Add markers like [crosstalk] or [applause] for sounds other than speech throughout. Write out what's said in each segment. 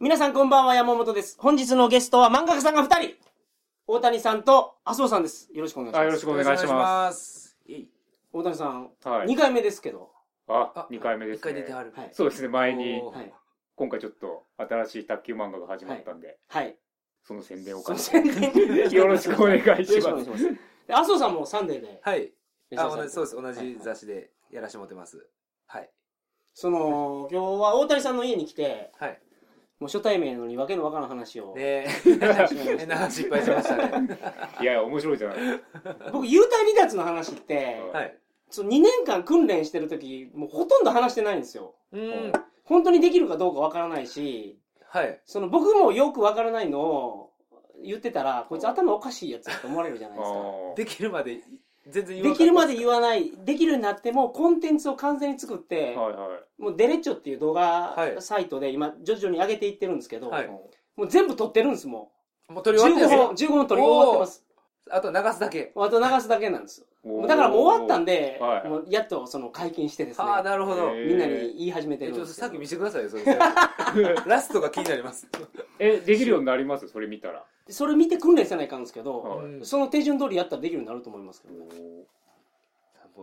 皆さんこんばんは、山本です。本日のゲストは漫画家さんが2人大谷さんと麻生さんです。よろしくお願いします。あよろしくお願いしますす。えい大谷さん、はい。 2回目ですけど、あ、2回目です、ね。一回出てはる。はいそうですね、前にお、ーはい。今回ちょっと新しい卓球漫画が始まったんで、はい。その宣伝をそ兼のね宣伝て。よろしくお願いしま [laughs] す。よろしくお願いします。で麻生さんもサンデーではい。連載あ、されて同じ、そうです。同はいじ雑誌でやらしてもらってます。はい。その、今日は大谷さんの家に来て、はい。もう初対面なのにわけのわからん話を。ねえ、しました変な話いっぱいしましたね。いや、面白いじゃないですか。僕、幽体離脱の話って、はいはい。その2年間訓練してる時、もうほとんど話してないんですよ。うーん。本当にできるかどうかわからないし、はい。その僕もよくわからないのを言ってたら、こいつ頭おかしいやつだと思われるじゃないですか。あできるまで、全然できるまで。で言わない、できるようになってもコンテンツを完全に作ってー、はいはい。もうデレッチョっていう動画はいサイトで今徐々に上げていってるんですけど、はいもう全部撮ってるんですももうう。取り終わって15るん本、です15本撮り終わってます。よあと流すだけ。あと流すだけなんですよ。おーだからもう終わったんで、はいもうやっとその解禁してですね、ああ、なるほど。えーみんなに言い始めてえ、るちんょでっとすけさどっき見せてくださいよ、それ。ラストが気になります。え、できるようになりますそれ見たら。それ見て訓練せないかんですけど、はうんその手順通りやったらできるようになると思いますけどね。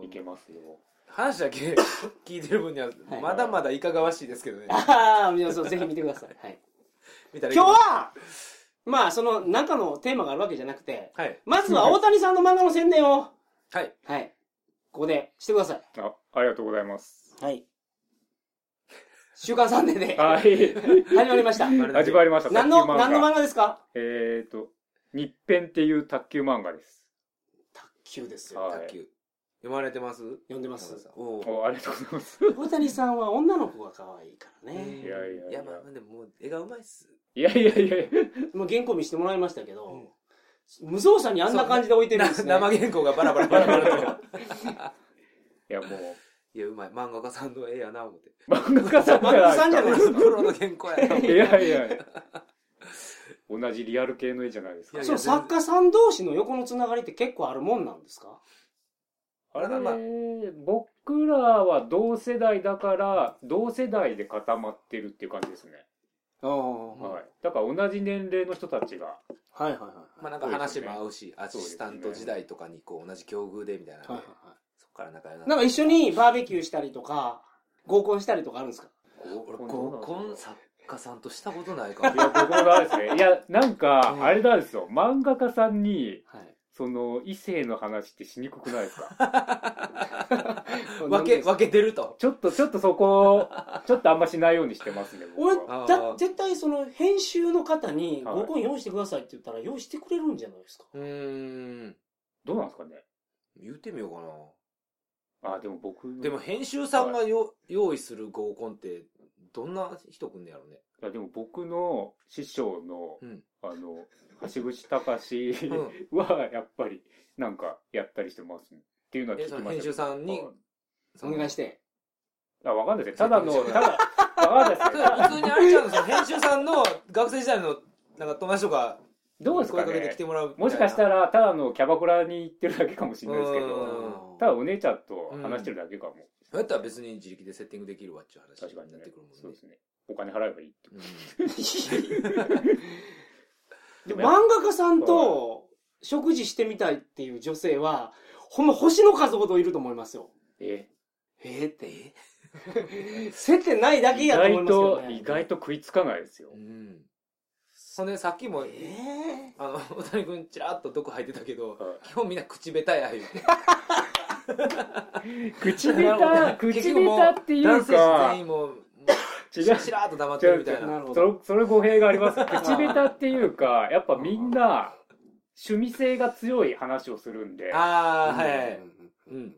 いけますよ。話だけ聞いてる分には、いまだまだいかがわしいですけどね。ああ、皆さんぜひ見てください。はい、見たらいい今日 [laughs] は、まあその中のテーマがあるわけじゃなくて、はい。まずは大谷さんの漫画の宣伝を、はい。はい、ここでしてください。あ、ありがとうござ [laughs] います。はい。週刊サンデー [laughs] ではい。始まり [laughs] ました。始まりました。何の、卓球漫画何の漫画ですかえっと、日編っていう卓球漫画です。卓球ですよ卓球。読まれてます読んでます。おお。おありがとうございます。大谷さんは女の子が可愛いからね。いやいやいやいや、まあ、でももう絵がうまいっす。いやいやいやいや。もう原稿見してもらいましたけど、無造作にあんな感じで置いてるんですね。生原稿がバラバラバラバラと。 [laughs] いやもう、いや、うまい。漫画家さんの絵やな、思 [laughs] って。漫画家さんじゃないですか漫画家さんじゃないです [laughs] プロの原稿やな。いやいやいや。同じリアル系の絵じゃないですかい。やそう、作家さん同士の横のつながりって結構あるもんなんですかあれまあ僕らは同世代だから、同世代で固まってるっていう感じですね。ああ、うんはい。だから同じ年齢の人たちが、はいはいはい。まあなんか話も合うし、アシスタンそうトですね時代とかにこう同じ境遇でみたいなね。はいはいはそっから仲良くい。なんか一緒にバーベキューしたりとか、合コンしたりとかあるんですか俺、合コン作家さんとしたことないかい [laughs] や、ら。僕もなんですね。いや、なんかう、んあれなんですよ。漫画家さんに、はい。その、異性の話ってしにくくないですか分け、分けてると。ちょっと、ちょっとそこ、ちょっとあんましないようにしてますね、僕俺は。あーだ絶対その編集の方にはい合コン用意してくださいって言ったら用意してくれるんじゃないですか、うーん。どうなんですかね言ってみようかな。あ、でも僕、でも編集さんがよ用意する合コンって、どんな人来んねやろね。いや、でも僕の師匠の、うんあの、橋口隆史うん。は、やっぱり、なんか、やったりしてますね。っていうのは聞え、きそましたの。編集さんにはい、お願いしてあ、わかんないですよ。ただの、そうただ、わかんないですよ。 [laughs] 普通にあれちゃうの、その編集さんの学生時代の、なんか友達とか、どうですか声かけてね来てもらうみたいな。もしかしたら、ただのキャバクラに行ってるだけかもしれないですけうんど、あただお姉ちゃんと話してるだけかも。そうやったら別に自力でセッティングできるわっていう話確にかになっねてくるもんね。そうですね。お金払えばいいって。うんで漫画家さんと食事してみたいっていう女性はほんま星の数ほどいると思いますよええー、って [laughs] 接点ないだけやと思い意外ますけどと、ね意外と食いつかないですよう。ん。ほんで、さっきも、えあの、大谷君ちらっと毒吐いてた [laughs] けど、はい基本みんな口下手や言うて。口下手、口結下局も手っていう男性か全、員もう、違うしらっと黙ってるみたいー、なな。るほそどれそれ語弊があります口下手っていうかやっぱみんな趣味性が強い話をするんであー、はい。うんうん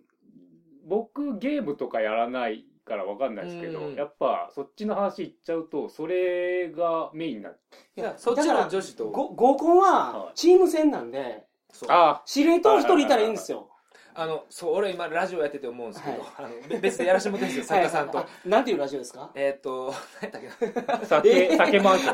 僕ゲームとかやらないからわかんないですけど、うんやっぱそっちの話いっちゃうとそれがメインになっていやそっちの女子と、ご合コンははいチーム戦なんでそうあ司令塔一人いたらいいんですよあの、そう、俺今ラジオやってて思うんですけど、あの別でやらせてもらってるんですよ、作家さんはとい。あなんていうラジオですかえーっと、何やったっけなあ酒酒まんじゅう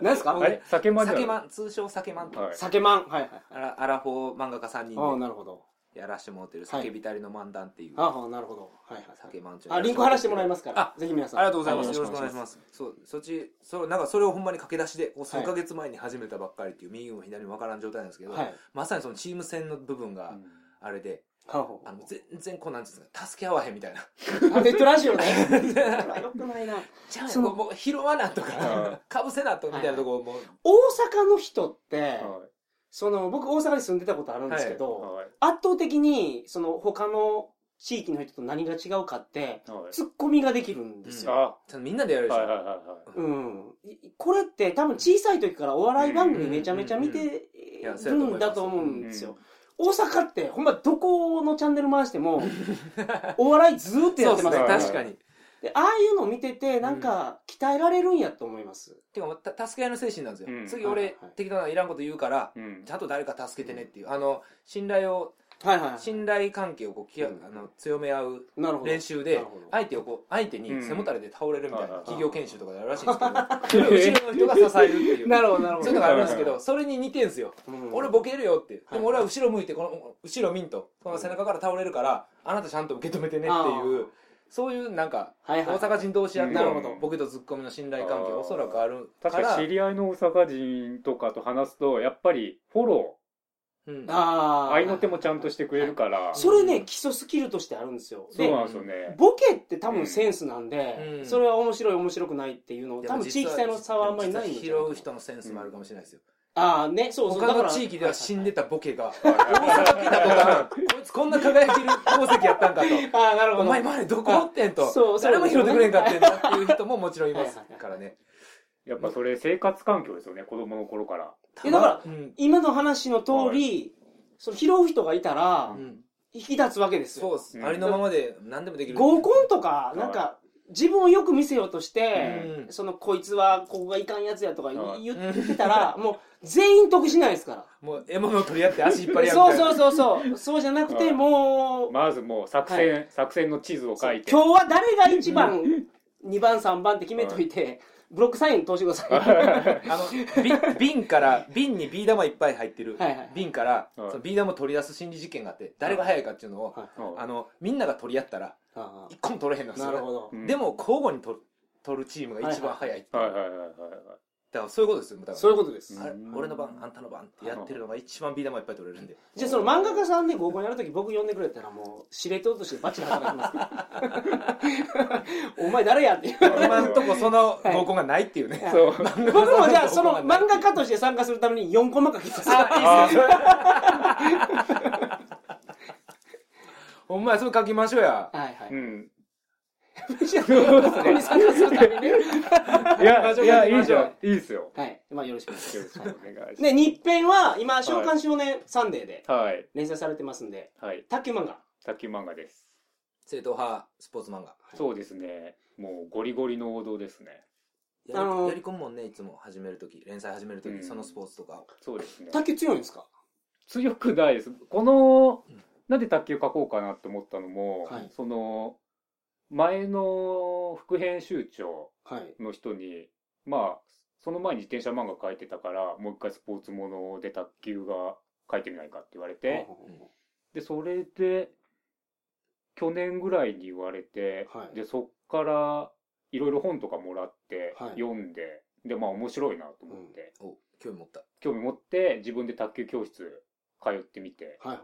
何ですかあれ酒まんじゅう酒マン、通称酒マンと、はい酒まんはいはいアラアラフォー漫画家3人ああでなるほどやらしてもらってるはい叫びたりの漫談っていう、ああ、なるほど。はいはい。酒まんちゅうあ、リンク貼らせてもらいますすから。ぜひ皆さん。ありがとうございます、はよろしくお願いしま。すそうそっちそれなんかそれをほんまに駆け出しでこう数ヶ月前に始めたばっかりっていう右も左も分からん状態なんですけど、はい。まさにそのチーム戦の部分があれで、はほあの全然こうなんていうんですか助け合わへんみたいなあネットラジオね。よくないな。じゃあそのもうもう拾わなとはかかぶせなとみたいなとこもう、大阪の人って、はその、僕大阪に住んでたことあるんですけいど、はい圧倒的に、その、他の地域の人と何が違うかって、はいツッコミができるんですあよ。はちゃんとみんなでやるいでしはょ、いはうん。いこれって多分小さい時からお笑い番組めちゃめちゃ見うんていやそうるんやと思いますだと思ういんはいですよ。大阪ってほんまどこのチャンネル回して [laughs] もお笑いずーっとそやうってですますねよ確かにでああいうのを見ててなんか鍛えられるんやと思います、てかた助け合いの精神なんですよ、うん次俺、はいはい適当なのいらんこと言うからうんちゃんと誰か助けてねっていう、あの信頼をはいはいはい信頼関係をこうきあうんの強め合うなるほど練習でなるほど相手をこう相手に背もたれで倒れるみたいなうん企業研修とかであるらしいんですけど後ろの人が支えるっていうなるほどなるほどそういうのがあるんですけはどそれに似てんすようん俺ボケるよってはいでも俺は後ろ向いてこの後ろ見んとこの背中から倒れるからあなたちゃんと受け止めてねっていうそういうなんかはい大はい阪人同士やったなるほどボケとツッコミの信頼関係あーおそらくあるか確からに知り合いの大阪人とかと話すとやっぱりフォロうんああー愛の手もちゃんとしてくれるからそそれね基礎スキルとしてあるんですようでなんですよねボケって多分センスなんで、うんそれは面白い面白くないっていうのをで多も分地実域性の差はあんまりないん実ではす拾よう人のセンスもあるかもしれないですよああねそうそう他の地域では死んでたたボケがはい大阪来た途端 [laughs] こいつこんな輝ける功績やったんかと [laughs] ああなるほどお前前どこおってんあとそうそう誰も拾ってくれんかってんなっていう人ももちろんいますからねやっぱそれ生活環境ですよね子供の頃からえだからうん今の話の通り、はその拾う人がいたら、うん引き立つわけですそうよっすありのままで何でもできる合コンとかいなんか自分をよく見せようとして、うんそのこいつはここがいかんやつやとかはい言言ってたら、もう全員得しないですからもう獲物を取り合って足引っ張り合そううそうそうそうそうじゃなくて、はいもう、まずもう作戦作戦の地図を書いて今日は誰が1番2番3番って決めといて、ブロックサイン通してくだ [laughs] さいみたいなあのび瓶から瓶にビー玉いっぱい入ってるはいはい瓶からそはいのビー玉取り出す心理実験があって誰が早いかっていうのをはいうんあのみんなが取り合ったらあ一個も取れへんのあですよなるほど、うんでも交互に取る取るチームが一番早いっていうはいはいはいはいはだからそういうことですよだからそういうことです、うんあれ俺の番あんたの番ってやってるのが一番ビー玉いっぱい取れるんでじゃあその漫画家さんで合コンやるとき僕呼んでくれたらもう司令塔としてバッチリ働きます [laughs] けどお前誰やっていうい今んとこ [laughs] その合コンがないっていうね、はいそう [laughs] 僕もじゃあその漫画家として参加するために4コマ書きさせてあー、ほんまやそれ書きましょうやはいはいうんそこに参加するために [laughs] ねいやいや行きいいましじょうゃんいいですよはいまあよろしくお願いしよまろしすくおはい願いしますで日編は今「召喚少年サンデー」ではい連載されてますんではい卓球漫画卓球漫画です正統派スポーツ漫画そうですねもうゴリゴリの王道ですねやり,、あのーやり込むもんねいつも始めるとき連載始めるとき、うんそのスポーツとかをそうですね卓球強いんですか強くないですこのうんなんで卓球書こうかなって思ったのも、はいその前の副編集長はいの人にまあその前に自転車漫画書いてたからもう一回スポーツもので卓球が書いてみないかって言われて、でそれで去年ぐらいに言われて、はいでそっからいろいろ本とかもらって、はい読んででまあ面白いなと思って、お興味持った興味持って自分で卓球教室通ってみてはいはいはい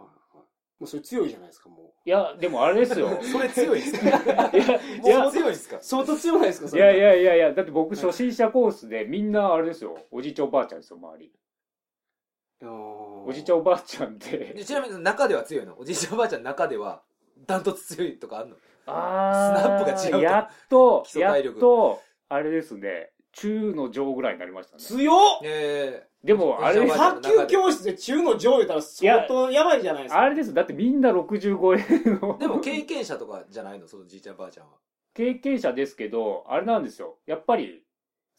もうそれ強いじゃないですかもいやでもあれですよ [laughs] それ強いです [laughs] かいやいやもう強いですかう相当強ないですかそいれやいやいやいや、だって僕初心者コースでみんなあれですよ、おじいちゃんおばあちゃんですよ、周り。おおじいちゃんんおばあちゃん [laughs] で。でちなみに中では強いのおじいちゃんおばあちゃんの中ではダントツ強いとかあんのあースナップが違うとやっと基、礎やっ体力と、あれですね、中の上ぐらいになりましたね。強っえでも、あれおじいでちゃんすおばあちゃん卓球教室で中の上言ったら相当やばいじゃないですかあれです。だってみんな65円のー、でも経験者とかじゃないのそのじいちゃんばあちゃんは経験者ですけど、あれなんですよ。やっぱり、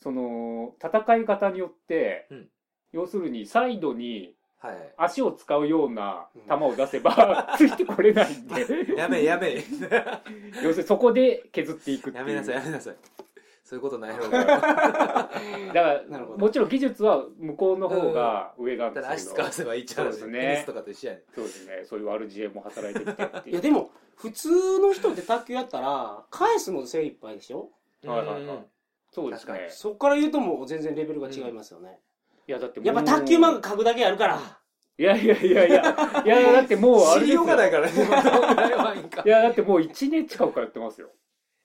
その、戦い方によって、うん要するにサイドにはいはい足を使うような球を出せば、ついてこれないん [laughs] で。 [laughs] やめえやめえ要するにそこで削っていくっていやうめなさいやめなさいそういうことない [laughs] やろうから。だからなるほどもちろん技術は向こうの方が上なんたでだ足す使けどわせばいいちゃうそし、うですテねニスとかと一緒やねそうですねそういう RGA も働いてきてっていいう [laughs] やでも普通の人って卓球やったら返すので精一杯でしょん。はいはいはいうんそうです確かねそこから言うともう全然レベルが違いますよね、いやだってもうやっぱ卓球漫画書くだけやるからいやいやいやいやいやいやだってもうあれで知りすよようがない [laughs] いからね。どんぐらいはいいんか。やだってもう1年近くからやってますよ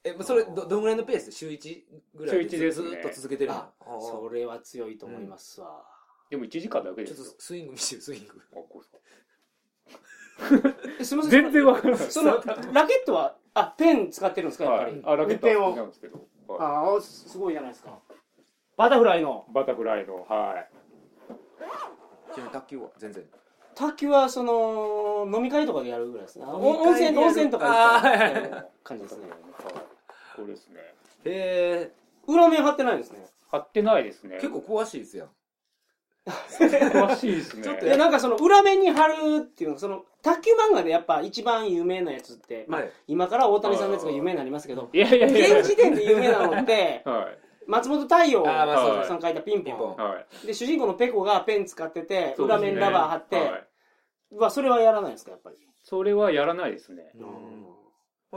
え、もうそれ、ど、どんぐらいのペース週一ぐらい週一ですずねっと続けてるのあうんそれは強いと思いますわ、でも1時間だけでちょっすとよスイング見せて、スイング。あこうですかえすみません全然わからないそのラケットはあペン使ってるんですかやっぱはり、いあラケットペンは好きなをんですけどはいああすごいじゃないですかバタフライのバタフライのはいちなみに卓球は全然。卓球はその飲み会とかでやるぐらいですねあの飲み温会でや泉る温泉とか行ったらやる感じですねはいこれですねへ裏面貼ってないんですね貼ってないですねえ。結構詳しいですやん。詳しいですねちょっとでやなんかその裏面に貼るっていうのその卓球漫画でやっぱ一番有名なやつって、まあ、はい今から大谷さんのやつが有名になりますけどいやいやいや現時点で有名なの [laughs] ってはい松本太陽あーまあそうですさんが書いたピンポンピンポンはいで主人公のペコがペン使ってて、そうで裏すね面ラバー貼って、はいはそれはやらないんですかやっぱり、それはやらないですねうん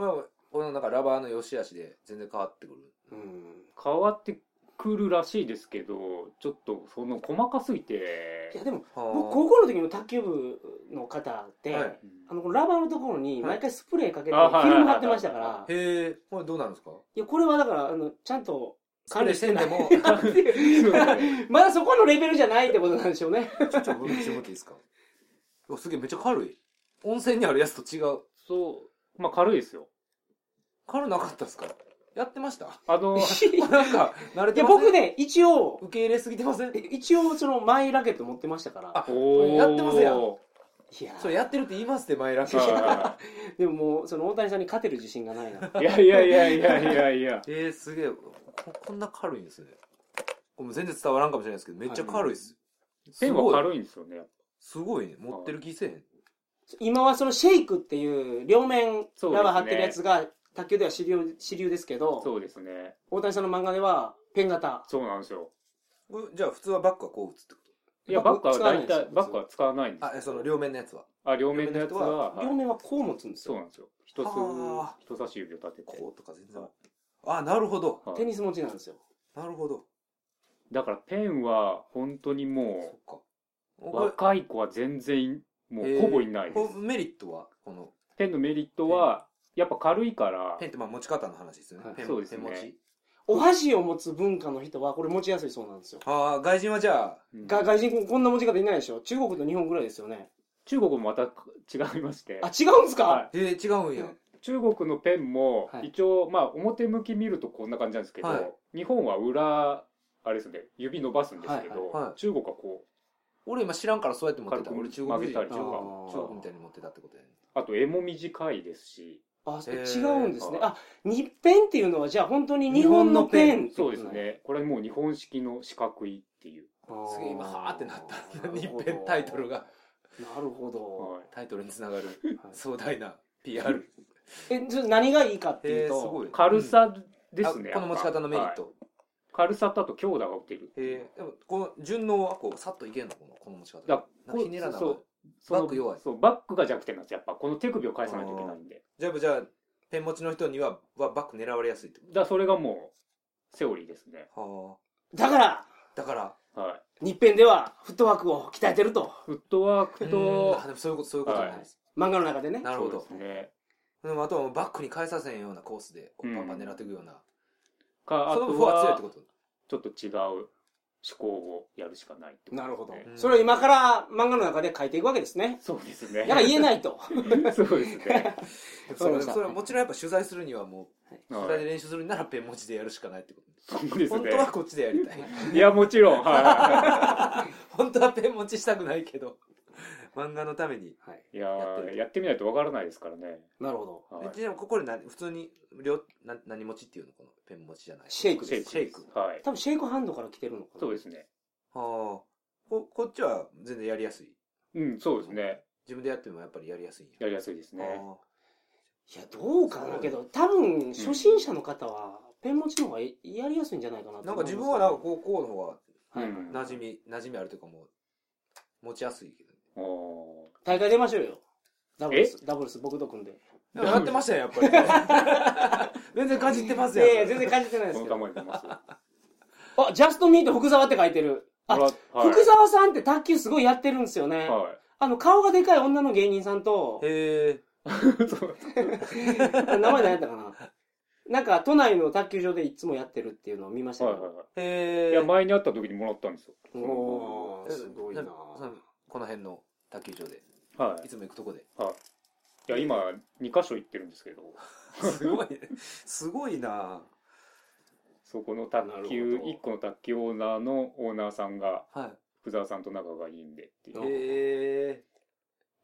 まあこのなんかラバーの良し悪しで全然変わってくる。うん変わってくるらしいですけどちょっとその細かすぎていやでもはあ僕高校の時の卓球部の方で、はいうんあのこのラバーのところに毎回スプレーかけてフはいあはいィルム貼ってましたから、いへえ、これどうなるんですかやこれはだからあのちゃんと管理してないスプレー [laughs] まだそこのレベルじゃないってことなんでしょう [laughs] ねちょっと僕見せてもらっていいですか [laughs] うわすげえめっちゃ軽い。温泉にあるやつと違う。そうまあ軽いですよ軽なかったですかやってました [laughs] あのなんか、慣れいてやません僕。ね一応受け入れすぎてません一応そのマイラケット持ってましたからあおーやってますやんはいやそれやってるって言いますって、前ラッキはでももうその大谷さんに勝てる自信がないないいやいやいやいやいやいやえー、すげえこ。こんな軽いんですね。これもう全然伝わらんかもしれないですけど、めっちゃ軽いです。ペンはすごい。軽いんですよねすごいね。持ってる気せえへん。今はそのシェイクっていう両面そうですねラバー貼ってるやつが卓球では主流主流ですけどそうですね大谷さんの漫画ではペン型そうなんですよこれじゃあ普通はバックはこう打つってこいやバックは大使わない体ですバックは使わないんでとあ、えすそのよ両面のやつは。あ両面のやつははい両面はこう持つんですそうよなんですよ人はあつ人差し指を立ててこうとか全然。あ、なるほど。はいテニス持ちなんですよなるほど。だからペンは本当にそっもか。うおこ若い子は全然もへうーほぼいないれでこすれメリットはこの、ペンのメリットはやっぱ軽いからペンってまあ持ち方の話ですよねはい。ペンそうですねペン持ち。お箸を持つ文化の人はこれ持ちやすいそうなんですよああ、外人はじゃあ、うんが外人こんな持ち方いないでしょ中国と日本ぐらいですよね中国もまた違いましてあ違うんですか、はえー、違うんや。い中国のペンもはい一応まあ表向き見るとこんな感じなんですけはいど日本は裏あれですね指伸ばすんですけはいはいはどい中国はこ俺今知らんからそうやって持ってた。軽く俺中国曲げ人たりと中か国中国みたいに持ってたってことやね。うあと絵も短いですしあそうへ違ーうんですねはいあ日ペンっていうのはじゃあ本当に日本のペンってそこうとでなすんやねこれもう日本式の四角いっていうすげえ今はーってなったあー日ペンタイトルがなるほど、はいタイトルにつながるはい壮大な PR えじゃあ何がいいかっていへうえとすごい軽さ [laughs] ですねあこの持ち方のメリやッっぱはいト軽さとあと強打が起きてるへえでもこの順応はこうさっといけんのこのこの持ち方だからなんかひねらなそうバッそのク弱いそうバックが弱点なんですやっぱこの手首を返さないといけないんでじゃあじゃあペン持ちの人にははバック狙われやすいってこだからそれがもうセオリーですねとはだからあだからはい日ペンではフットワークを鍛えてるとフットワークうんとあでもそういうことそういうことなんです漫画の中でねなるほどそうですねでもあとはもうバックに返させんようなコースでこうパンパン狙っていくようなかあそのとフォア強いはってことちょっと違う思考をやるしかないってことですねなるほど、んそれを今から漫画の中で書いていくわけですねそうですねだから言えない [laughs] と [laughs] そうですねでわかもそれりましたそれはもちろんやっぱ取材するにはもう取は材いで練習するならペン持ちでやるしかないってことそうです本ね当はこっちでやりたいいやもちろんは本当はペン持ちしたくないけど漫画のためにはい [laughs] いいやーやってみないとわからないですからねなるほどはいでもここで何普通に両な何持ちっていうのこのペン持ちじゃないシェイクシェでイすクシェイクはい多分シェイクハンドから来てるのかなそうですねはあここっちは全然やりやすいうんそうですね自分でやってもやっぱりやりやすいんややりやすいですねあいやどうかなけど多分初心者の方はペン持ちの方がいやりやすいんじゃないかなとな思んかうんですけど自分はなんかこう、こうの方はいうんが馴染み、馴染みあるというかもう、持ちやすいけど。あー大会出ましょうよ。ダブルス、ダブルス僕と組んで。でもやってましたね、やっぱ [laughs] り。全然かじってますやん。ええ全然感じてないでそすのけたど。まに出ます。あ、ジャストミート福沢って書いてる。あ、これははい福沢さんって卓球すごいやってるんですよね。はあの、顔がでかい女の芸人さんと、へえ。い。そう名前何やったかな。なんか、都内の卓球場でいつもやってるっていうのを見ましたはけいど。はいはへい。え。いや、前に会った時にもらったんですよ。おー、すごいななそのこの辺の卓球場で。はいい。つも行くとこで。いや、今、2カ所行ってるんですけど、すごい、 [laughs] すごいなそこの卓な球る、ほど1個の卓球オーナーのオーナーさんが、は福沢さんと仲がいいんでっていい。うう。んへえ。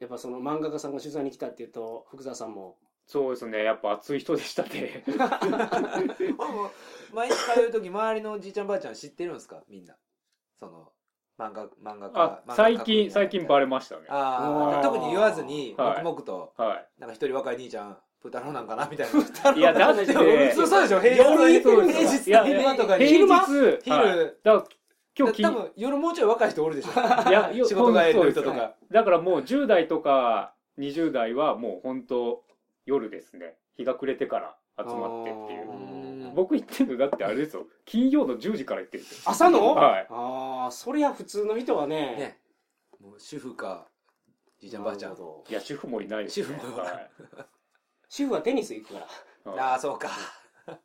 やっぱその漫画家さんが取材に来たっていうと、福沢さんも。そうですね、やっぱ熱い人でした [laughs] ね。毎日通う時周りのおじいちゃんばあちゃん知ってるんですかみんなその漫画漫画あ家、最近、最近バレレましたね。はああーあ特に言わずにはい黙々となんか一人若い兄ちゃんプータローなんかなみたいい。いや、だって、なそ [laughs] そううそそううででししょょ平平日日平平日日いや昼間とかに平昼間日、昼はいだから今日多き、分夜もうちょい若い人おるでしょいや [laughs] 仕事帰りの人そうとですかだからもう10代とか20代はもう本当夜ですね日が暮れてから集まってっていあうー僕行ってるのだってあれですよ金曜の10時から行ってるんですよ朝のはいああ、そりゃ普通の人はね。ねもう主婦かじいちゃんばあちゃんなるほどいや主婦もいないです、ね、主婦も主婦はテニス行くから。はいああそうか [laughs]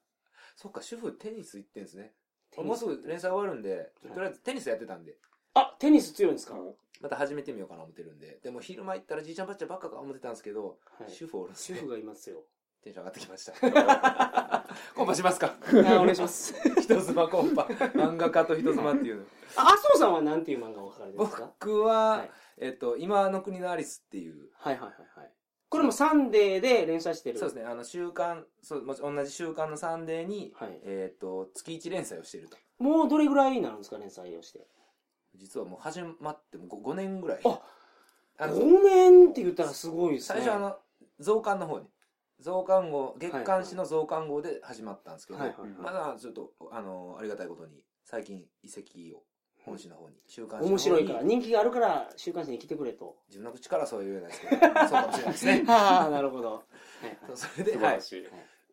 そうか主婦テニス行ってんですねもうすぐ連載終わるんでとりあえずテニスやってたんであ、テニス強いんですか、うんまた始めてみようかな思ってるんで。でも昼間行ったらじいちゃんばあちゃんばっかか思ってたんですけど、はい主婦おるんです主ね婦がいます [laughs] よ。テンション上がってきました。コンパしますかあーお願いします。人妻コンパ。漫画家と人妻っていうの。 [laughs] あ、麻生さんはなんていう漫画を描かれてるん [laughs] ですか僕は、はいえっと、今の国のアリスっていう、はいはいはいはい。これもサンデーで連載してる。そうですね、あの、週刊、そう、もち同じ週刊のサンデーに、はいえっと、月1連載をしていると。もうどれぐらいになるんですか、連載をして。実はもう始まっても 5, 5年ぐらい。ああの5年って言ったらすごいです最ね。初あの、増刊の方に。増刊号、月刊誌の増刊号で始まったんですけど、はいはいはいまだちょっと、あのありがたいことに、最近移籍を本誌の方に、週刊誌面の白方いにから、人気があるから、週刊誌に来てくれと。。自分の口からはそう言えないですけど、そうかもしれないですね [laughs] ああ、なるほど。はいはいそうそ素れで、晴はいら、しい、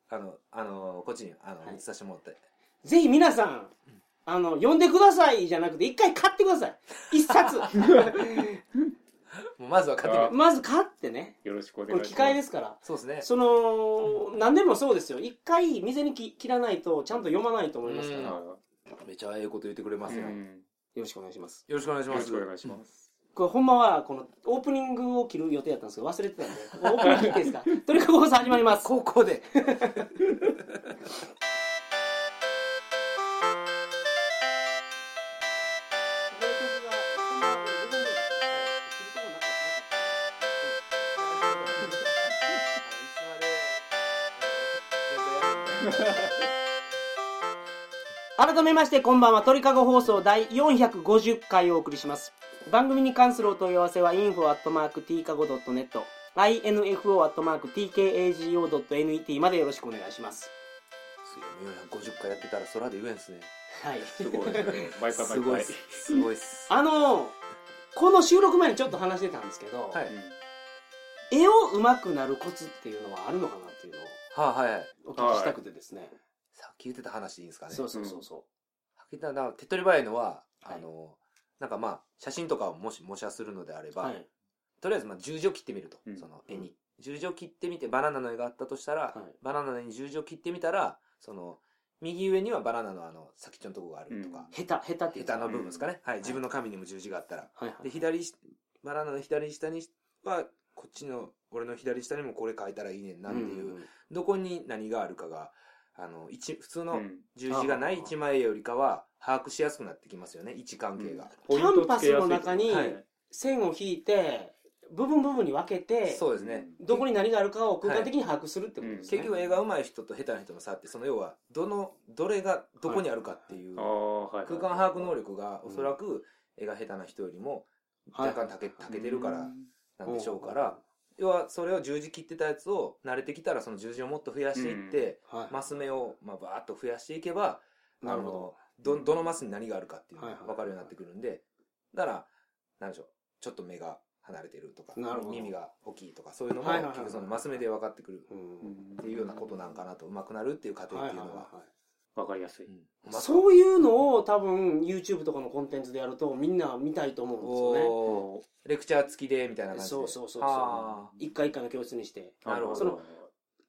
あの、あのこっちに、あの、はい移させてもらって。ぜひ皆さん、あの、呼んでくださいじゃなくて、一回買ってください。一 [laughs] 冊。もうまずは勝手にあ。まず買ってね。よろしくおこ願れいします機械ですから。そうですね。その、何でもそうですよ。一回店にき切らないと、ちゃんと読まないと思いますから。うんよはめちゃええこと言ってくれまいすよ。うよんろしくお願いします。ろしくお願いしよまろす。しくお願いしますこれ、ほんまは、この、オープニングを切る予定だったんですけど、忘れてたんで。オープニング切っていいですかトリカゴ放送始まり [laughs] ます。高校で。改めましてこんばんは鳥かご放送第450回お送りします番組に関するお問い合わせは info.tkago.net info.tkago.net までよろしくお願いします450回やってたら空で言えんすね。はいす [laughs] ごいですね毎回すごい毎っ回す。すごいっす。あのこの収録前にちょっと話してたんですけど、はい絵を上手くなるコツっていうのはあるのかなっていうのはいはい。をお聞きしたくてですね、さっき言ってた話でいいんですかね。そうそうそうそさっき言ったな手っ取り早いのは、はいあの、なんかまあ、写真とかをもし模写するのであれう、ば、はいとりあえずまあ十字を切ってみると、うんその絵に。十字を切ってみて、バナナの絵があったとしたら、はいバナナの絵に十字を切ってみたら、その、右上にはバナナのあの、先っちょのとこがあるとか、下手下手って言ヘってタたの部分ですかね。はい。自分の紙にも十字があったら。はいはいで、左し、バナナの左下には、こっちの、俺の左下にもこれ書いたらいいねんなっていう、んどこに何があるかが、あの、一、普通うのん十字がない一枚絵よりかは、把握しやすくなってきますよね、位置関係が。ポイントつけやすいキャンパスの中にはい線を引いて部分部分に分けてそうですね。どこに何があるかを空間的に把握するってことですね、結局絵が上手い人と下手な人の差って、その要は、どの、どれがどこにあるかっていう、ああはい空間把握能力力がうおんそらく絵が下手な人よりも、はい若干たけ、たけてるからんなんでしょうから、要はそれを十字切ってたやつを慣れてきたらその十字をもっと増やしていって、はいマス目をまあバーッと増やしていけばなあるほどのどどのマスに何があるかっていうのはいがはい分かるようになってくるんでだからなんでしょうちょっと目が離れてるとかなるほど耳が大きいとかそういうのもはいはいはい結局そのマス目で分かってくるううんんっていうようなことなんかなと上手くなるっていう過程っはいはていいうはいのははわかりやすい。いまあそういうのを多分 YouTube とかのコンテンツでやるとみんな見たいと思うんですよねおーレクチャー付きでみたいな感じでそうそうそうそうあー一回一回の教室にしてなるほどその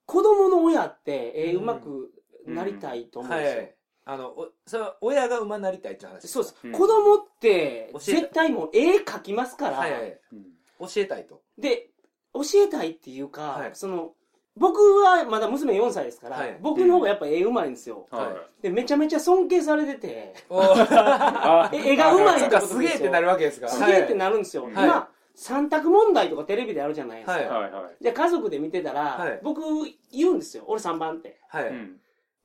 子供の親って、えーううんまくなりたいと思うんはですよ、いあのおそれは親が馬になりたいっていう話そうです、うん子供って教えた絶対もう絵描きますから、はいはいうん教えたいとで教えたいっていうか、はいその僕はまだ娘4歳ですから、はい僕の方がやっぱ絵うまいんですよ、ははいい。でめちゃめちゃ尊敬されててあえ絵がうまいそとっかかすげえってなるわけですかすげえってなるんですよ、はい今三択問題とかテレビであるじゃないですか、はいはいはい。で家族で見てたら、はい僕言うんですよ俺3番ってはい、うん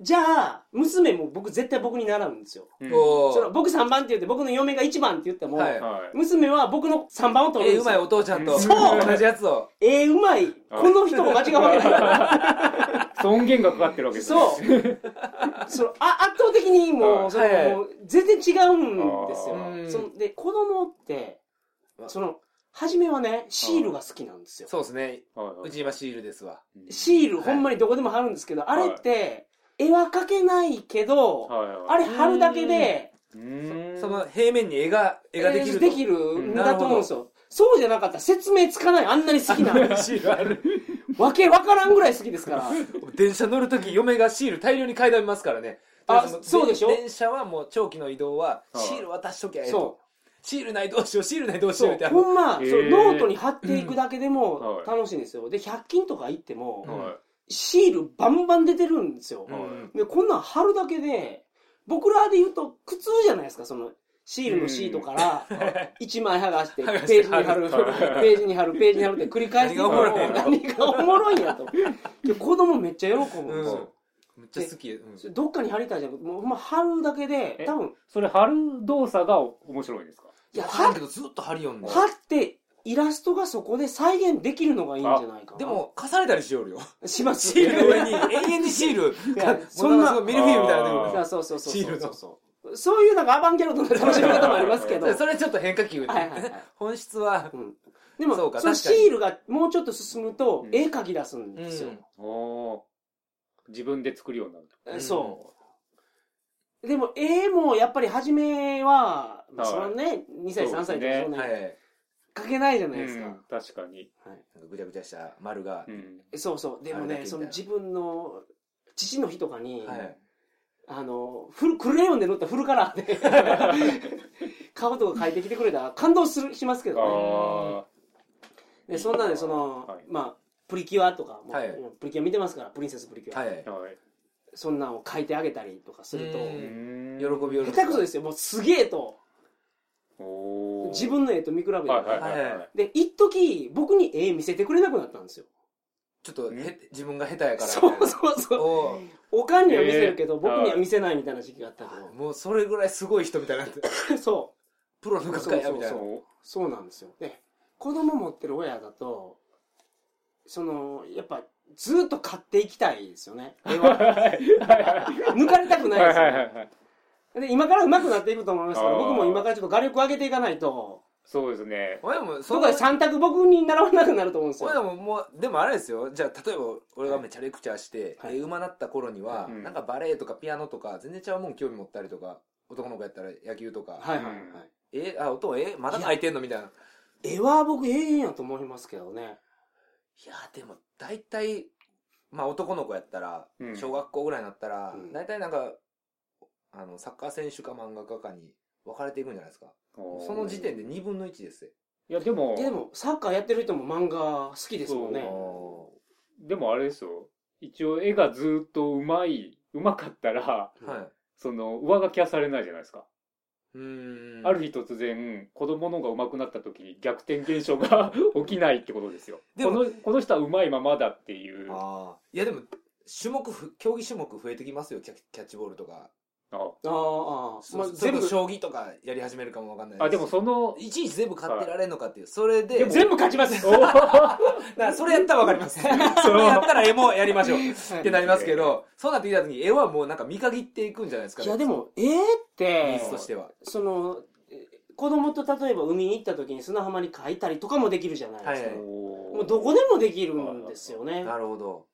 じゃあ娘も僕絶対僕に習うんですようんおーその僕3番って言って僕の嫁が1番って言っても、はいはい娘は僕の3番を取るんえでうすまいおよ父ちゃんとそう同じやつをえーうまい,、この人も間違うわけない尊厳がかかってるわけですねそうそのあ圧倒的にもはういその、はいもう全然違うんですあよーそので子供ってわその初めはねシールが好きなんですよそうですねはいはういち今シールですわうんシールはいほんまにどこでも貼るんですけど、あれはっいて絵は描けないけど、はいはいあれ貼るだけでうーんその平面に絵が絵ができるとえーできるんだと思うんですよ、そうじゃなかったら説明つかないあんなに好きなシールあるわけわからんぐらい好きですから電車乗るとき嫁がシール大量に買いだめますからねあのそうでしょ電車はもう長期の移動ははいシール渡しときゃええそとシールないどうしようシールないどうしそよううみたいなほんま、へーそうノートに貼っていくだけでうんもはい楽しいんですよで100均とか行っても、うんはシールバンバン出てるんですよ、うんでこんなん貼るだけで僕らで言うと苦痛じゃないですかそのシールのシートから1枚剥がして剥がしてページに貼る貼るページに貼るページに貼るって繰り返していくのも何がおもろ何がおもろいんやとで子供めっちゃ喜ぶんですよ、めっちゃ好きうんそれどっかに貼りたいじゃなくてもうほんま貼るだけでえ多分それ貼る動作が面白いんですかいや貼る貼けどずっと貼りよんね貼ってイラストがそこで再現できるのがいいんじゃないかなでも重ねたりしよるよしますシールの上に [laughs] 永遠にシールいやそそんんななミルフィーユみたいなの出てくそるうそうそうそうシールのそうそういうなんかアバンギャルドな楽しみ方もあります [laughs] けどそれちょっと変化球で、はいはいはい本質は、うんでもそそうかの確シかにールがもうちょっと進むとうん絵描き出すんですよ、おー自分で作るようになるえそうでも絵もやっぱり初めは、まあ、はいそのね2歳3そうですね歳とかそんなはにい描けないじゃないですうか、ん確かにはいぐちゃぐちゃした丸が、うんそうそうでもあれだけねみたいなその自分の父の日とかに、はいあのフルクレヨンで塗ったフルカラーで [laughs] 顔とか描いてきてくれたら感動するしますけどねあでそんなんでその、はいまあプリキュアとか、もはいプリキュア見てますからプリンセスプリキュア、はいーはいそんなんを書いてあげたりとかするとううんん喜びよる下手くそですよもうすげえとおー自分の絵と見比べて、はいはいはいはいで一時僕に絵見せてくれなくなったんですよちょっとへ自分が下手やからそうそうそうおおかんには見せるけど、えー僕には見せないみたいな時期があったけうもうそれぐらいすごい人みたいになってど [laughs] そプロの画家やみたいなそうおうそうなんですよで子供持ってる親だとそのやっぱずっと買っていきたいですよね絵 [laughs] は抜かれたくないはでいすよ、はねいはいはいで今から上手くなっていくと思いますからあー僕も今からちょっと画力上げていかないとそうですね親もそ僕のは3択僕に習わなくなると思うんです親よももうでもあれですよじゃあ例えば俺がめっちゃレクチャーして、はいえ馬なった頃には、うんなんかバレエとかピアノとか全然ちゃうもん興味持ったりとか男の子やったら野球とか、はいはいはい、えあ音えまだ書いてんのみたいな絵は僕永遠やと思いますけどねいやでも大体まあ男の子やったらうん小学校ぐらいになったら、うん大体なんかあのサッカー選手か漫画家かに分かれていくんじゃないですかおー [laughs] その時点で2分の1ですよいやでもいやでもサッカーやってる人も漫画好きですもんねおでもあれですよ一応絵がずーっとうまいうまかったらーはいその上書きはされないじゃないですかうーんある日突然子供の方が上手くなった時に逆転現象が [laughs] 起きないってことですよでもこのこの人は上手いままだっていうあーいやでも種目ふ競技種目増えてきますよキャキャッチボールとかあああああ、まあ、それ全こ部そ将棋とかやり始めるかもわかんないああでもそのいちいち全部買ってられんのかっていうそれで全部勝ちますおーだからそれやったらわか [laughs] りますそれやったら絵もやりましょうってなりますけどそうなってきた時に絵はもうなんか見限っていくんじゃないですかいやでもええっニてーズとしてはそのえ子供と例えば海に行った時に砂浜に書いたりとかもできるじゃないですか、はいはいおーもうどこでもできるんですよねなるほど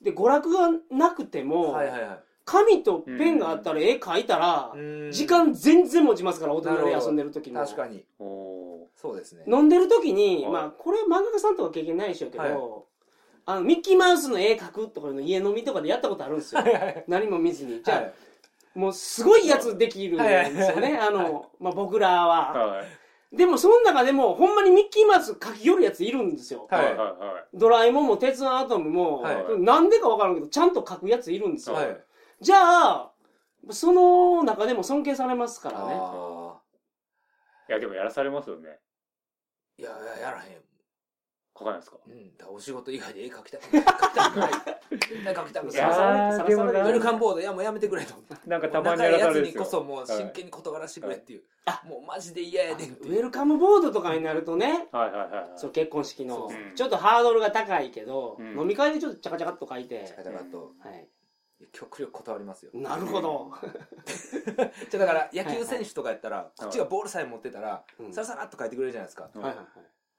で娯楽がなくても、はいはいはい紙とペンがあったら絵描いたら、うーん時間全然持ちますから大人で遊んでる時も確かにおーそうですね飲んでる時に、はいまあこれ漫画家さんとか経験ないでしょうけど、はいあのミッキーマウスの絵描くとかいうの家飲みとかでやったことあるんですよ何も見ずにじゃあ、はいもうすごいやつできるんですよはいねあの、まあ、僕らは、はいでもその中でもほんまにミッキーマウス描き寄るやついるんですよ、はいはいはドラえもんも鉄腕アトムも、はいなんでかわからんけどちゃんと描くやついるんですよ、はいじゃあその中でも尊敬されますからねあいいやでもやらされますよねーいやいややらへん書かないですかうん、だからお仕事以外で絵描きたくない。描きたくない。描きたくないい。やサーでもなルカンボード、いやもうやめてくれと。なんかたまに仲やらいいやされつるんでにすこよそもう真は剣に断らせてくれっていう。もうマジで嫌やねんってウいう。ェルカムボードとかになるとねいはいはいはいそう結婚式のそうそうちょっとハードルが高いけど、うん飲み会でちょっとチャカチャカっと書いて、だからと、はい、極力断りますよ。なるほど、じゃあだから野球選手とかやったら、いこっちがボールさえ持ってたら、うんさらさらっと描いてくれるじゃないですか。うんはいはいはい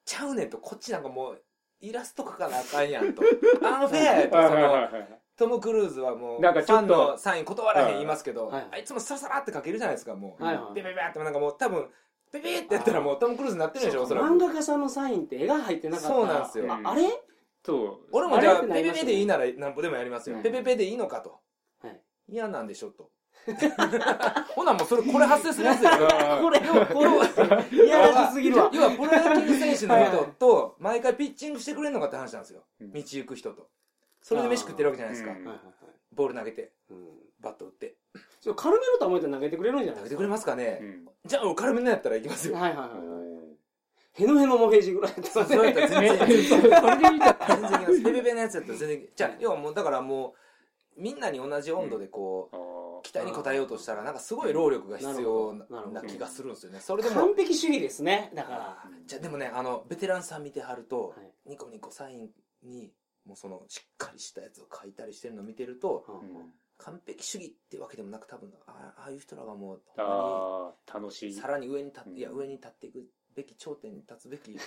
ちゃうねんと、こっちなんかもう、イラスト描かなあかんや [laughs] んと。アンフェアやと、はいそはいはいの、はいトム・クルーズはもう、なんかちょっとファンのサイン断らへん言いますけど、はいはいあいつもサラサラって書けるじゃないですか、もう。はいはいビビビビってなんかもう多分、ビビってやったらもうトム・クルーズになってるでしょ、おそら漫く。画家さんのサインって絵が入ってなかったらそうなんですよああれ、そう俺もじゃあ、あれってビなりビますビよねでいいなら何歩でもやりますよう。んビビビでいいのかと。はい、嫌なんでしょ、と。ほなもうそれ、これ発生するやつですよ。これをこれをいやらしすぎるわ要はプロ野球選手の人と、毎回ピッチングしてくれるのかって話なんですよ。うん道行く人と。それで飯食ってるわけじゃないですかあー。うんはいはいはいボール投げて、うんバット打って。そう軽めのと思えて投げてくれるんじゃな投いですげてくかれますかうねんじゃあ、お軽めのやったら行きますよ。はいはいはいうんへのへのもへじぐらいやったらねそれやったら全然いい。 [laughs] それでいいじゃん全然いけます。ペペペのやつやったら全然いけじゃあ、要はもう、だからもう、みんなに同じ温度でこう、あー期待に応えようとしたら、なんかすごい労力が必要ななるほどな気がするんですよね。それでも完、璧主義ですねだからじゃあでもね、あの、ベテランさん見てはるとは、ニコニコサインに、もうその、しっかりしたやつを書いたりしてるのを見てると、いうん完璧主義ってわけでもなく、多分、あああいう人らがもう、ほんまにあー楽しいさらに上に立っうんいや上に立っていくべき頂点に立つべき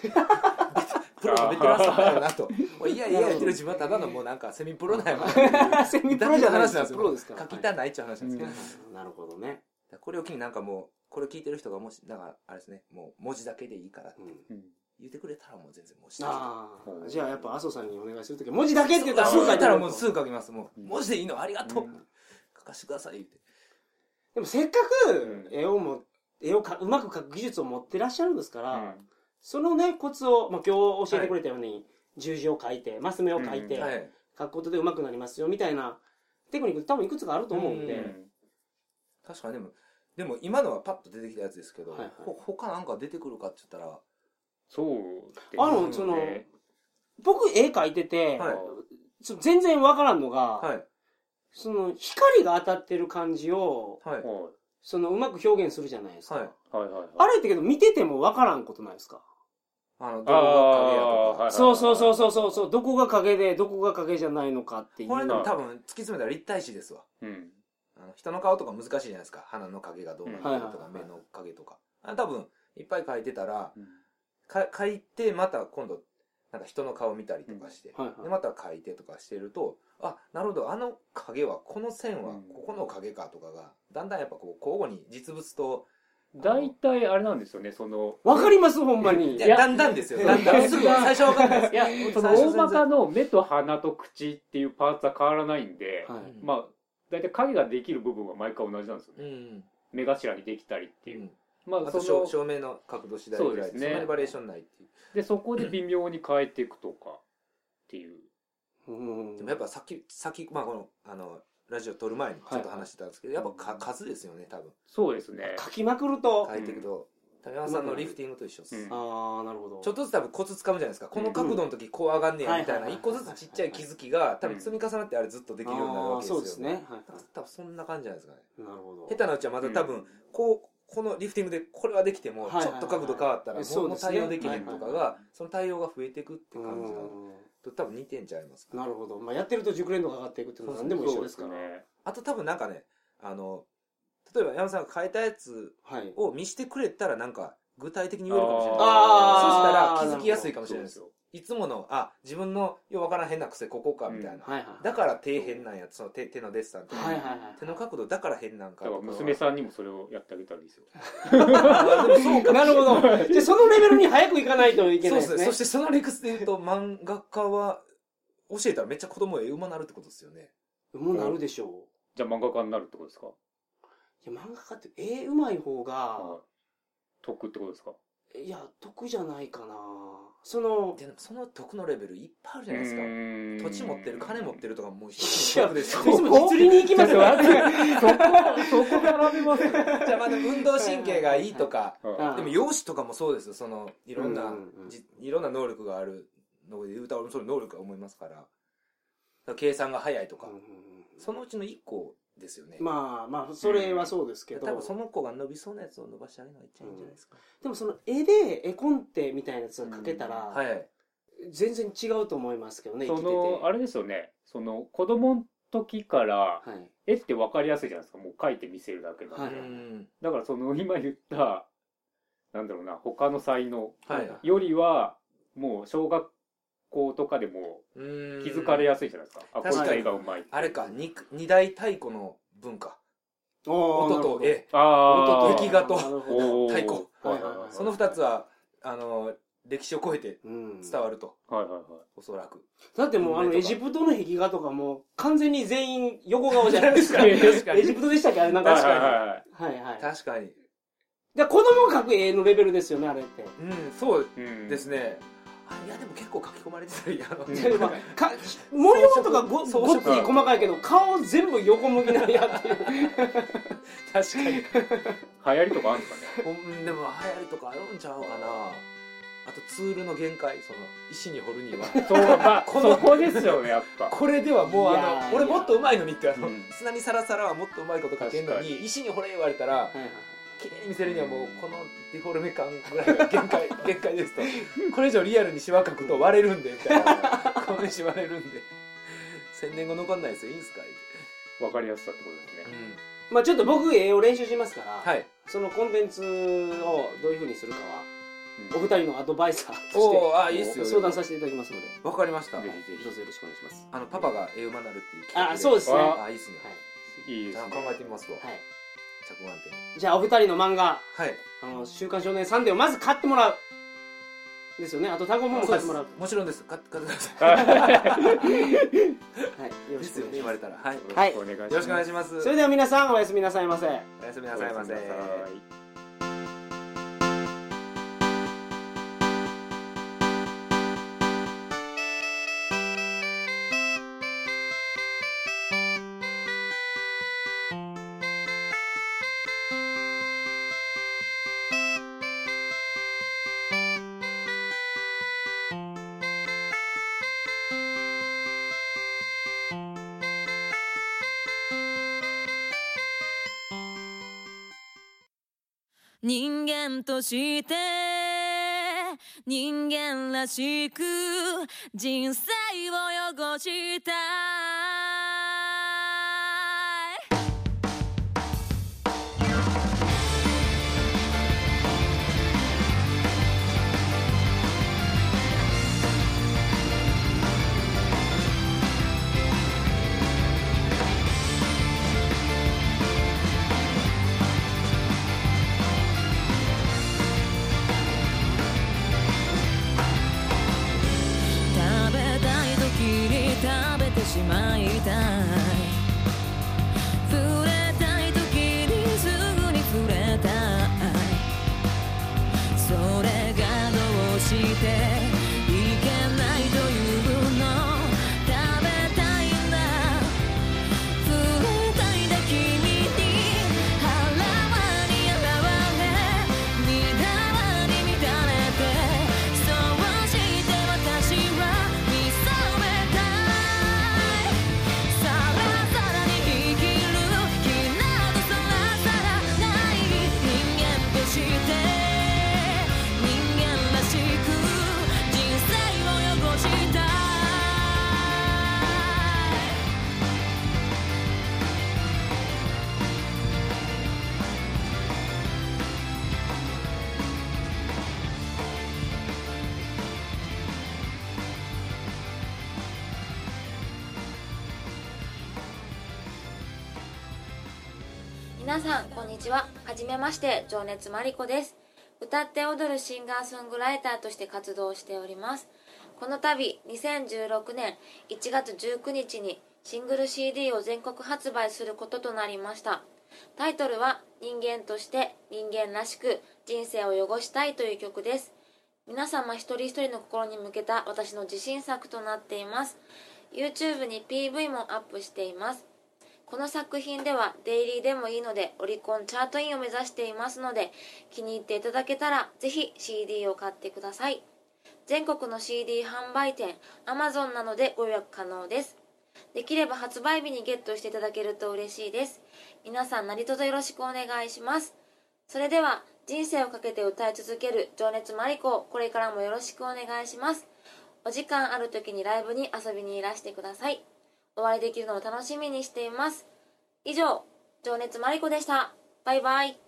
プロのベテランさんだよなとおいいやいや言ってる自分はただのもうなんかセミプロだよセミみプたロいじゃなないで話すなよんですよプロですから書きはたないっちゃう話なんですけど、うんだかいなるほどね、らこれを機になんかもうこれ聞いてる人がもしだからあれですねもう文字だけでいいからうん、うん言ってくれたらもう全然文字だけああじゃあやっぱ麻生さんにお願いするとき文字だけって言ったらすそうぐ書書いいてたくれらるもうすぐ書きますもううん文字でいいのありがとう、うん書かせてください言ってでもせっかうんく絵をも絵をかうまく描く技術を持ってらっしゃるんですから、うんそのねコツを、まあ、今日教えてくれたように、十字を書いてマス目を書いて、うんは描いくことでうまくなりますよみたいなテクニック多分いくつかあると思うんで、うん確かにでもでも今のはパッと出てきたやつですけど、はいはいほ他なんか出てくるかって言ったらそうですねあのその僕絵描いてて、はいちょ全然わからんのが、はいその光が当たってる感じをははいいそのうまく表現するじゃないですか、はいはいはいあれってけど見ててもわからんことないですかあの、あ泥棒影屋あとはいか。そうそうそうそうそうそうどこが影でどこが影じゃないのかっていうこれでもは多分突き詰めたら立体視ですわ。うんあの人の顔とか難しいじゃないですか。鼻の影がどうなってるとか、うん目の影とか。あ多分、いっぱい描いてたら、うんか描いてまた今度、なんか人の顔見たりとかして、いはいで、また描いてとかしてると、あ、なるほど、あの影は、この線はうん、ここの影かとかが、だんだんやっぱこう、交互に実物と、大体あれなんですよねそのわかりますほんまにいいやや、だんだんですよ。だんだん。すぐ、いや最初はわかんないです。いやその大まかの目と鼻と口っていうパーツは変わらないんではうんまあ大体影ができる部分は毎回同じなんですようねん。目頭にできたりってう。いうんまああとその照、照明の角度次第ぐらいそうででねすそんなにバリエーションないっていう。でそこで微妙に変えていくとかっていううんでもやっぱさっき、さっき、まあこの、あの、ラジオ撮る前にちょっと話してたんですけど、やっぱか数ですよね、多分。そうですね書きまくると書いていくと、谷川さんのリフティングと一緒です、うんああなるほどちょっとずつ多分コツ掴むじゃないですかこの角度の時こう上がんねやみたいなうん一個ずつちっちゃい気づきが多分積み重なってあれずっとできるようになるわけですあーそようですねはいはい多分そんな感じじゃないですかねなるほど下手なうちはまだ多分こうこのリフティングでこれはできてもはいはいちはょいっと角度変わったらそうもうですね対応できへんとかはいはいはがその対応が増えていくって感じだうと多分似てんちゃいますんかなるほど、まあ、やってると熟練度が上がっていくっていうのは何でも一緒ですからね。あと多分なんかねあの例えば山田さんが変えたやつはいを見してくれたらなんか具体的に言えるかもしれないあーそしたら気づきやすいかもしれないですそういつものあ自分のようわからん変な癖ここかみたいはな、いはいだから手変なんやその手手のデッサンとか、はいはいはい手の角度だから変なんかだから娘 [laughs] さんにもそれをやってあげたらいいですよ。んでもそうかなるほど。[laughs] で、そのレベルに早く行かないと [laughs] いけそうないでですすねね。そしてその理屈で言うと漫画家は教えたらめっちゃ子供より馬なるってことですよねもうなるでしょう。じゃあ漫画家になるってことですかいや、漫画家って絵うまい方が、はい得ってことですかいや、得じゃないかな。その、でもその得のレベルいっぱいあるじゃないですか土土地持ってる金持ってるとかもう一いつやの得ですよいつも釣りに行きちょまっすとよ。待って、そこ、そこ並びますじゃあまあでも運動神経がいいとかははあでも容姿とかもそうですよそのいろんな、うんうんうんじいろんな能力があるので言うと俺もそれ能力が思いますからだから計算が早いとか、うんうんそのうちの1個ですよね、うんまあまあ、それはそうですけど、多分その子が伸びそうなやつを伸ばしてあげるのが一番いいんじゃないですか、でもその絵で絵コンテみたいなやつが描けたら、はい全然違うと思いますけどね、生そきてて。の、あれですよね、その、子供の時から、はい。絵って分かりやすいじゃないですか、もう描いて見せるだけはないんで。うんだからその、今言った、なんだろうな、他の才能はいよりは、もう小学校とかでもうん気づかれやすいじゃないですか。あ、こうい確っかたに絵がうまい。あれか二二大太鼓の文化お音と絵あ音と壁画とおー太鼓はいはいはいその2つはあの歴史を超えて伝伝わると、はいはいはい。おそらくだってもうあの運命エとかジプトの壁画とかも完全に全員横顔じゃないですか。エ確かにジプトでしたっけあれなんか。はいははいいはいはい。はい。確かにで子供が描く絵のレベルですよね、あれって。うんそううんですね、あいやでも結構書き込まれてたりあのうんでまあか模様とかご装飾ごっつい細かいけど、顔全部横向きなんやっていう。[laughs] 流行りとか確かにあるんですかね。ほんでも流行りとかあるんちゃうかなあとツールの限界その石に掘るにはそう、まあ、ここのそこですよね、やっぱ。 [laughs] これではもういやあーの俺もっとうまいのにってあの、うん砂にサラサラはもっとうまいこと書けんの確に石に掘れ言われたらはいはい綺麗に見せるにはもうこのデフォルメ感ぐらいが限界限界ですと [laughs] これ以上リアルにシワ描くと割れるんでみたいな [laughs] この石割れるんで1000年後残んないですよいいんすか言うわかりやすさってことですてね。まあちょっと僕絵を練習しますから、はいそのコンテンツをどういうふうにするかは、おうん二人のアドバイザーおとおあいいっすしてよ相談させていただきますので、わかりましたぜひぜどうぞよろしくお願いします。あのパパが絵馬なるっていうあそうですねあいいっすねひ。いいでじゃすあね。考えてみますわはい。着眼点じゃあお二人の漫画、はいあの、週刊少年サンデーをまず買ってもらう。ですよね。あと単語もそう買っでてすもらう。もちろんです買って買ってくださはい。よいろ [laughs] でしすくお願いよねし言まわす。れたらはいよはいよろしくお願いします。ろしくお願いしますそれでは皆さんおやすみなさいませ。おやすみおなやさいすみまなせさい。人間として人間らしく人生を汚したい食べたい時に食べてしまいたい触れたい時にすぐに触れたいそれがどうしていけないというの食べたいんだ触れたいだ君に腹間に現れ乱皆さんこんにちははじめまして情熱まりこです歌って踊るシンガーソングライターとして活動しておりますこの度2016年1月19日にシングル CD を全国発売することとなりましたタイトルは「人間として人間らしく人生を汚したい」という曲です皆様一人一人の心に向けた私の自信作となっています YouTube に PV もアップしていますこの作品ではデイリーでもいいのでオリコンチャートインを目指していますので気に入っていただけたらぜひ CD を買ってください全国の CD 販売店 Amazon などでご予約可能ですできれば発売日にゲットしていただけると嬉しいです皆さん何卒よろしくお願いしますそれでは人生をかけて歌い続ける情熱マリコをこれからもよろしくお願いしますお時間ある時にライブに遊びにいらしてくださいお会いできるのを楽しみにしています以上情熱マリコでしたバイバイ